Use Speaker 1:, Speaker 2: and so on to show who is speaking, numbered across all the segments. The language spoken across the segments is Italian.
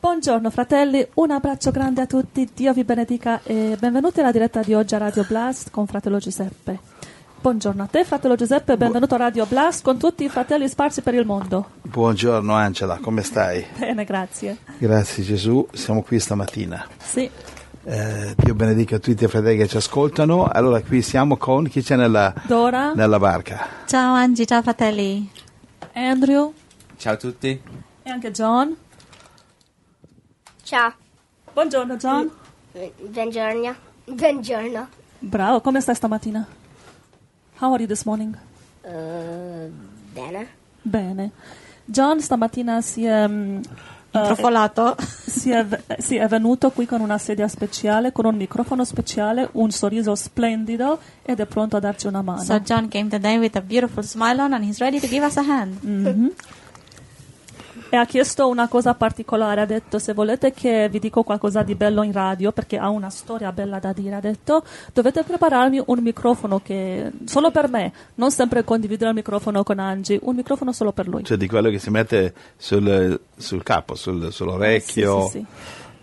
Speaker 1: Buongiorno fratelli, un abbraccio grande a tutti, Dio vi benedica e benvenuti alla diretta di oggi a Radio Blast con fratello Giuseppe. Buongiorno a te fratello Giuseppe, benvenuto a Radio Blast con tutti i fratelli sparsi per il mondo.
Speaker 2: Buongiorno Angela, come stai?
Speaker 1: Bene, grazie.
Speaker 2: Grazie Gesù, siamo qui stamattina.
Speaker 1: Sì,
Speaker 2: Eh, Dio benedica tutti i fratelli che ci ascoltano. Allora qui siamo con chi c'è nella,
Speaker 1: Dora,
Speaker 2: nella barca?
Speaker 3: Ciao Angie, ciao fratelli.
Speaker 1: Andrew
Speaker 4: Ciao a tutti.
Speaker 1: e anche John.
Speaker 5: Ciao,
Speaker 1: Buongiorno John.
Speaker 5: buongiorno. Buongiorno.
Speaker 1: Bravo, come stai stamattina? How are you this morning?
Speaker 5: Eh, bene.
Speaker 1: Bene. John stamattina si è, mm, eh,
Speaker 3: Trofolato.
Speaker 1: si è, v- si è venuto qui con una sedia speciale, con un microfono speciale, un sorriso splendido ed è pronto a darci una mano.
Speaker 3: So John came today with a beautiful smile on and he's ready to give us a
Speaker 2: Mm.
Speaker 3: hand.
Speaker 1: E ha chiesto una cosa particolare, ha detto se volete che vi dico qualcosa di bello in radio, perché ha una storia bella da dire, ha detto dovete prepararmi un microfono che solo per me, non sempre condividere il microfono con Angie, un microfono solo per lui.
Speaker 2: Cioè di quello che si mette sul, sul capo, sul- sull'orecchio.
Speaker 1: Sì, sì, sì.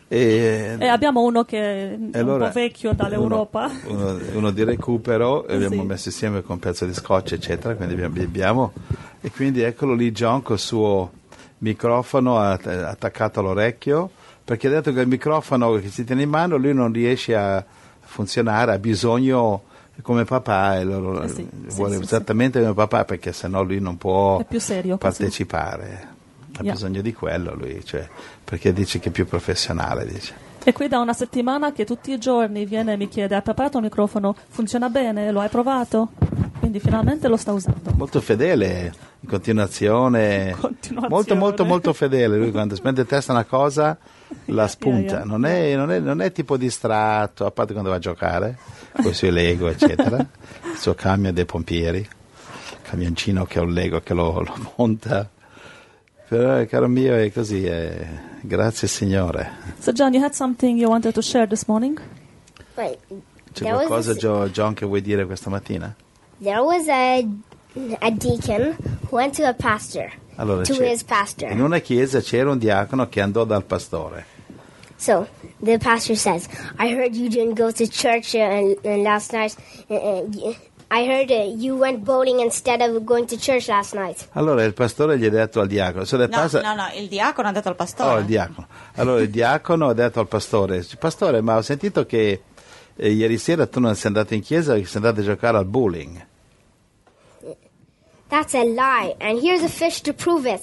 Speaker 2: E,
Speaker 1: E abbiamo uno che è
Speaker 2: e allora
Speaker 1: un po' vecchio dall'Europa.
Speaker 2: Uno, uno- uno di recupero, e abbiamo
Speaker 1: Sì.
Speaker 2: messo insieme con un pezzo di scotch, eccetera, quindi abbiamo, abbiamo- e quindi eccolo lì John col suo microfono att- attaccato all'orecchio, perché ha detto che il microfono che si tiene in mano lui non riesce a funzionare, ha bisogno come papà, e allora
Speaker 1: Eh sì, sì,
Speaker 2: vuole
Speaker 1: sì, sì.
Speaker 2: esattamente come papà perché sennò lui non può
Speaker 1: È più serio così.
Speaker 2: partecipare. Ha
Speaker 1: Yeah.
Speaker 2: bisogno di quello lui, cioè, perché dice che è più professionale, dice.
Speaker 1: E qui da una settimana che tutti i giorni viene e mi chiede: Hai preparato un microfono? Funziona bene? Lo hai provato? Quindi finalmente lo sta usando.
Speaker 2: Molto fedele, in continuazione,
Speaker 1: In continuazione.
Speaker 2: molto molto molto fedele, lui quando spende testa una cosa la spunta,
Speaker 1: yeah.
Speaker 2: non è, non è- non è tipo distratto, a parte quando va a giocare, con i suoi Lego eccetera, il suo camion dei pompieri, camioncino che ha un Lego che lo, lo monta, però eh, caro mio è così, eh, grazie Signore.
Speaker 1: So, John, you had something you wanted to share this morning?
Speaker 5: Wait,
Speaker 2: C'è
Speaker 5: there was
Speaker 2: qualcosa
Speaker 5: this-
Speaker 2: Gio- John che vuoi dire questa mattina?
Speaker 5: there was a, a deacon who went to a pastor.
Speaker 2: Allora,
Speaker 5: to
Speaker 2: c'è-
Speaker 5: his pastor.
Speaker 2: in una chiesa c'era un diacono che andò dal pastore.
Speaker 5: So the pastor says, "I heard you didn't go to church uh, and, and last night. Uh, uh, y- I heard uh, you went bowling instead of going to church last night."
Speaker 2: Allora il pastore gli ha detto al diacono, se le
Speaker 3: No,
Speaker 2: passa-
Speaker 3: no, no, il diacono ha detto al pastore.
Speaker 2: Oh, il diacono. Allora il diacono ha detto al pastore, pastore ma ho sentito che eh, ieri sera tu non sei andato in chiesa che sei andato a giocare al bowling.
Speaker 5: That's a lie, and here's a fish to prove it.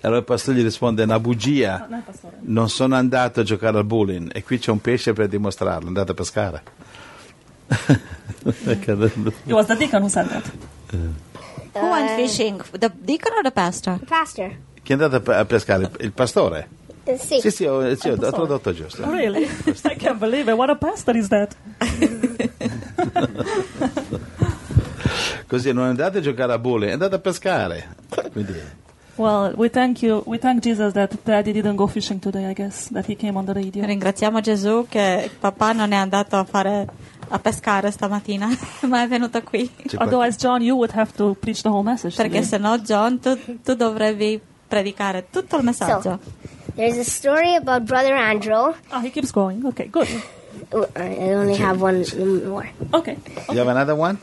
Speaker 2: Allora il pastore gli risponde, è una bugia,
Speaker 1: è il pastore.
Speaker 2: non sono andato a giocare al bowling e qui c'è un pesce per dimostrarlo, andate a pescare.
Speaker 1: It was the deacon who said that.
Speaker 3: Who went fishing? The deacon or the pastor?
Speaker 5: Pastor,
Speaker 2: Chi è andato a pe- a pescare? Il pastore?
Speaker 5: uh, see,
Speaker 2: Sì, sì, ho, sì, ho- ho
Speaker 1: pastore.
Speaker 2: tradotto giusto.
Speaker 1: Really? I can't believe it. What a pastor is that?
Speaker 2: Così non andate a giocare a bowling, andate a pescare. Quindi...
Speaker 1: Well, we thank you. We thank Jesus that Daddy didn't go fishing today, I guess, that he came on the radio.
Speaker 3: Ringraziamo Gesù che papà non è andato a fare a pescare stamattina, ma è venuto qui.
Speaker 2: C'è qualche-
Speaker 1: Otherwise, John, you would have to preach the whole message.
Speaker 3: Perché
Speaker 1: today.
Speaker 3: se no, John, tu, tu dovrevi predicare tutto il messaggio.
Speaker 5: there's a story about Brother Andrew.
Speaker 1: Ah, he keeps going. Okay, good.
Speaker 5: Oh, I only have one more.
Speaker 1: Okay.
Speaker 2: You have another one?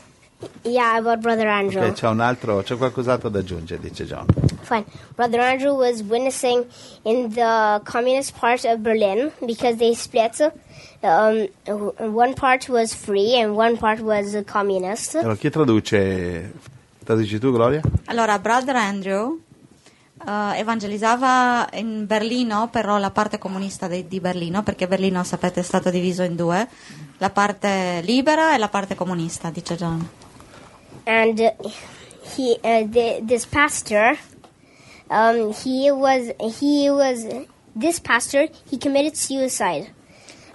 Speaker 5: Yeah, about Brother Andrew.
Speaker 2: Ok, c'è un altro, c'è qualcos'altro da aggiungere, dice John.
Speaker 5: Fine. Brother Andrew was witnessing in the communist part of Berlin because they split. Um, one part was free and one part was communist.
Speaker 2: Allora, chi traduce? Traduci tu, Gloria?
Speaker 3: Allora, Brother Andrew eh, evangelizzava in Berlino, però la parte comunista de- di Berlino, perché Berlino, sapete, è stato diviso in due, la parte libera e la parte comunista, dice John.
Speaker 5: And uh, he, uh, the, this pastor, um, he was, he was, this pastor, he committed suicide.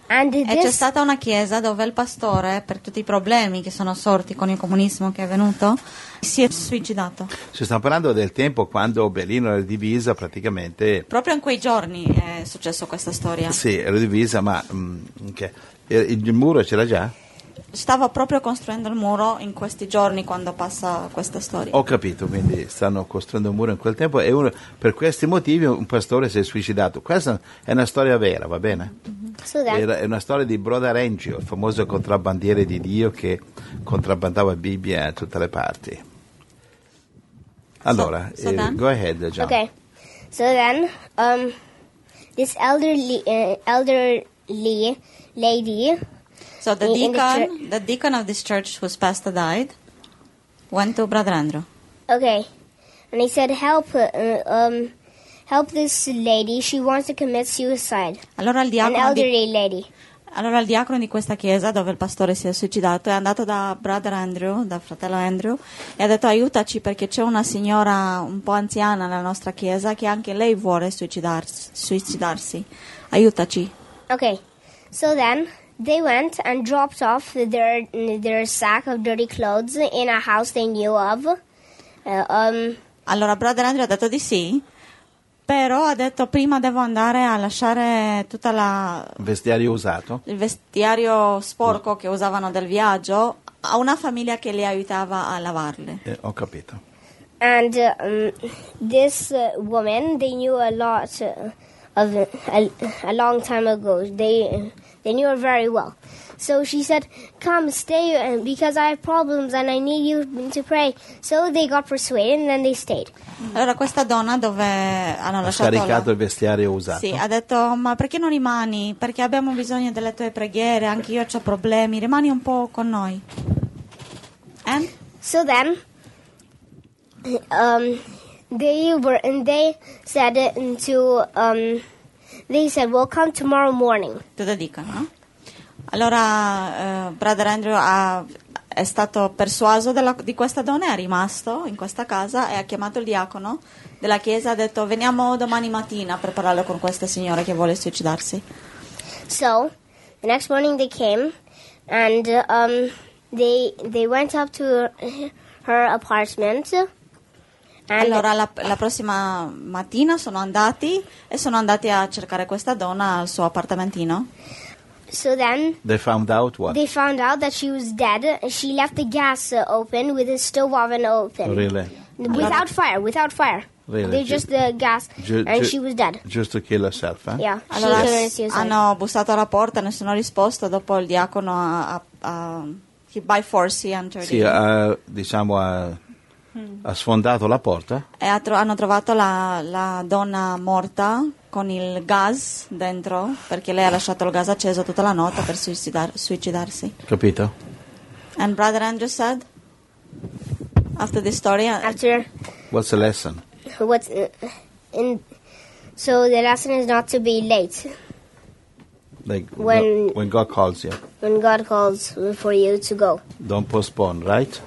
Speaker 5: And
Speaker 3: E c'è
Speaker 5: this,
Speaker 3: stata una chiesa dove il pastore, per tutti i problemi che sono sorti con il comunismo che è venuto, si è suicidato.
Speaker 2: Ci stiamo parlando del tempo quando Berlino era divisa praticamente.
Speaker 3: Proprio in quei giorni è successo questa storia.
Speaker 2: Sì, era divisa, ma mm, ok. E il muro c'era già?
Speaker 3: stava proprio costruendo il muro in questi giorni quando passa questa storia.
Speaker 2: Ho capito, quindi stanno costruendo un muro in quel tempo e uno- per questi motivi un pastore si è suicidato. Questa è una storia vera, va bene?
Speaker 5: So that
Speaker 2: Era- è una storia di Broda Rengio, il famoso contrabbandiere di Dio che contrabbandava Bibbia da tutte le parti. Allora,
Speaker 3: So- so
Speaker 2: eh,
Speaker 3: Dan?
Speaker 2: go ahead, John.
Speaker 5: Okay. So then, um, this elderly uh, elderly lady
Speaker 3: So the
Speaker 5: In- in the
Speaker 3: deacon, the deacon of this church whose pastor died went to Brother Andrew.
Speaker 5: Okay. And he said, help, uh, um, help this lady. She wants to commit suicide.
Speaker 3: Allora il,
Speaker 5: An
Speaker 3: diacono di,
Speaker 5: elderly lady.
Speaker 3: allora il diacono di questa chiesa dove il pastore si è suicidato è andato da Brother Andrew, da fratello Andrew, e ha detto aiutaci perché c'è una signora un po' anziana nella nostra chiesa che anche lei vuole suicidarsi. suicidarsi. Aiutaci.
Speaker 5: Okay. So then, they went and dropped off their, their sack of dirty clothes in a house they knew of. Uh, um,
Speaker 3: Allora, Brother Andrew ha detto di sì, però ha detto prima devo andare a lasciare tutto
Speaker 2: Vestiario usato?
Speaker 3: il vestiario sporco che usavano del viaggio a una famiglia che li aiutava a lavarle.
Speaker 2: Eh, ho capito.
Speaker 5: and uh, um, this uh, woman they knew a lot uh, of a, a long time ago they they knew her very well so she said come stay uh, because i have problems and i need you to pray so they got persuaded and then they stayed
Speaker 3: Allora, questa donna dove hanno
Speaker 2: Ha
Speaker 3: lasciato... la-
Speaker 2: scaricato il vestiario usato.
Speaker 3: Sì, ha detto, ma perché non rimani? Perché abbiamo bisogno delle tue preghiere, anche io ho problemi, rimani un po' con noi. Eh? And?
Speaker 5: so then um, they were and they said it to um, they said well come tomorrow morning
Speaker 3: Te lo dicono. no? Allora, eh, Brother Andrew ha- è stato persuaso della- di questa donna, è rimasto in questa casa e ha chiamato il diacono della chiesa e ha detto veniamo domani mattina per parlare con questa signora che vuole suicidarsi.
Speaker 5: So the next morning they came, and um, they they went up to her, her apartment, and
Speaker 3: Allora la, la prossima mattina sono andati e sono andati a cercare questa donna al suo appartamentino.
Speaker 5: so then
Speaker 2: They found out what?
Speaker 5: they found out that she was dead. She left the gas uh, open with the stove oven open,
Speaker 2: Really?
Speaker 5: without fire, without fire.
Speaker 2: Really?
Speaker 5: They just the gas,
Speaker 2: Ju-
Speaker 5: and
Speaker 2: ju-
Speaker 5: she was dead.
Speaker 2: Just to kill herself, eh?
Speaker 5: Yeah,
Speaker 3: Allora
Speaker 5: she committed
Speaker 3: s-
Speaker 5: suicide.
Speaker 3: hanno bussato alla porta, nessuno ha risposto, dopo il diacono ha... ha- ha- he by force he entered
Speaker 2: Sì,
Speaker 3: in.
Speaker 2: ha, diciamo, ha,
Speaker 5: Hmm.
Speaker 2: ha sfondato la porta.
Speaker 3: E ha tro- hanno trovato la, la donna morta con il gas dentro perché lei ha lasciato il gas acceso tutta la notte per suicidar- suicidarsi.
Speaker 2: Capito?
Speaker 3: And brother Andrew said, after this story, uh,
Speaker 5: After
Speaker 2: What's the lesson?
Speaker 5: what's uh, in, so the lesson is not to be late
Speaker 2: Like,
Speaker 5: When-
Speaker 2: when God calls you.
Speaker 5: when God calls for you to go.
Speaker 2: Don't postpone, right?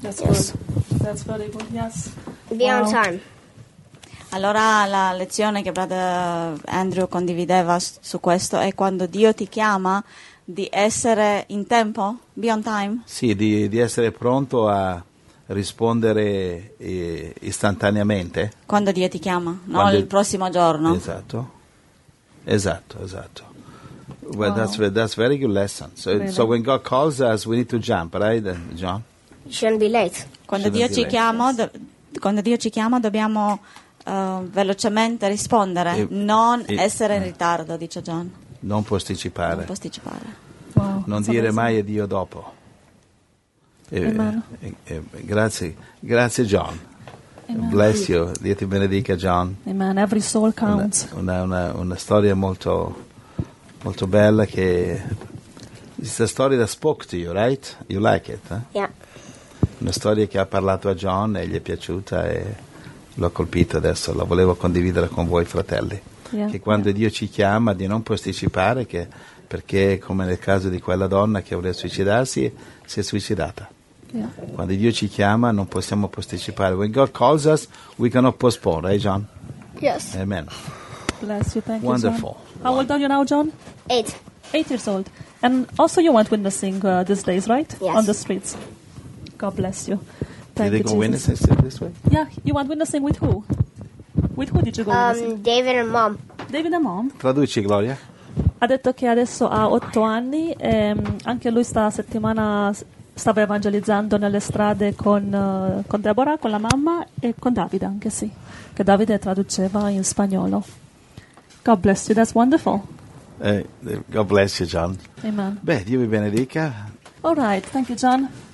Speaker 1: That's
Speaker 5: Yes.
Speaker 1: good. That's very good, yes.
Speaker 5: Be on
Speaker 1: Wow.
Speaker 5: time.
Speaker 3: allora la lezione che brother Andrew condivideva s- su questo è quando Dio ti chiama di essere in tempo, be on time.
Speaker 2: Sì, di, di essere pronto a rispondere eh, istantaneamente.
Speaker 3: Quando Dio ti chiama, non
Speaker 2: Quando-
Speaker 3: il prossimo giorno.
Speaker 2: Esatto. Esatto, esatto. Well, that's, ve- that's very good lesson. So, so when God calls us, we need to jump, right, uh, John?
Speaker 5: You shouldn't be late.
Speaker 3: Quando
Speaker 2: Sono
Speaker 3: Dio, ci
Speaker 2: diretti.
Speaker 3: chiama, do- quando Dio ci chiama dobbiamo eh, velocemente rispondere,
Speaker 2: E-
Speaker 3: non
Speaker 2: e- Mm.
Speaker 3: essere in ritardo, dice John,
Speaker 2: Non
Speaker 3: non
Speaker 2: posticipare.
Speaker 3: posticipare.
Speaker 1: Wow,
Speaker 2: non
Speaker 1: that's
Speaker 2: dire
Speaker 1: amazing.
Speaker 2: mai a Dio dopo. E-
Speaker 1: Amen.
Speaker 2: e- e- grazie, grazie John. Bless you, Dio ti benedica John.
Speaker 1: Amen. Every soul
Speaker 2: Una,
Speaker 1: counts.
Speaker 2: una- una- una storia molto, molto bella che... It's a story that spoke to you, right? You like it, eh?
Speaker 5: Yeah.
Speaker 2: Una storia che ha parlato a John e gli è piaciuta e l'ho colpito adesso, la volevo condividere con voi fratelli.
Speaker 1: Yeah.
Speaker 2: Che quando Dio ci chiama di non posticipare, che- perché come nel caso di quella donna che voleva suicidarsi, si è suicidata.
Speaker 1: Yeah.
Speaker 2: Quando Dio ci chiama non possiamo posticipare. When God calls us, we cannot postpone, right John?
Speaker 5: Yes.
Speaker 2: Amen.
Speaker 1: Bless you. Thank you.
Speaker 2: Wonderful.
Speaker 1: John. How old are you now, John?
Speaker 5: Eight.
Speaker 1: Eight years old. And also, you went witnessing uh, these days, right?
Speaker 5: Yes.
Speaker 1: On the streets. God bless you. Thank you.
Speaker 2: Did they go
Speaker 1: Jesus.
Speaker 2: witness it this way?
Speaker 1: Yeah, you went witnessing with who? With who did you go witnessing?
Speaker 5: Um, David and mom.
Speaker 1: David and mom.
Speaker 2: Traduci Gloria.
Speaker 1: I ha detto che adesso ha otto anni e mm, anche lui sta settimana s- stava evangelizzando nelle strade con, eh, con Deborah, con la mamma e con Davide anche sì, che Davide traduceva in spagnolo. God bless you, that's wonderful.
Speaker 2: Eh, God bless you, John.
Speaker 1: Amen.
Speaker 2: Beh, Dio vi benedica.
Speaker 1: All right, thank you John.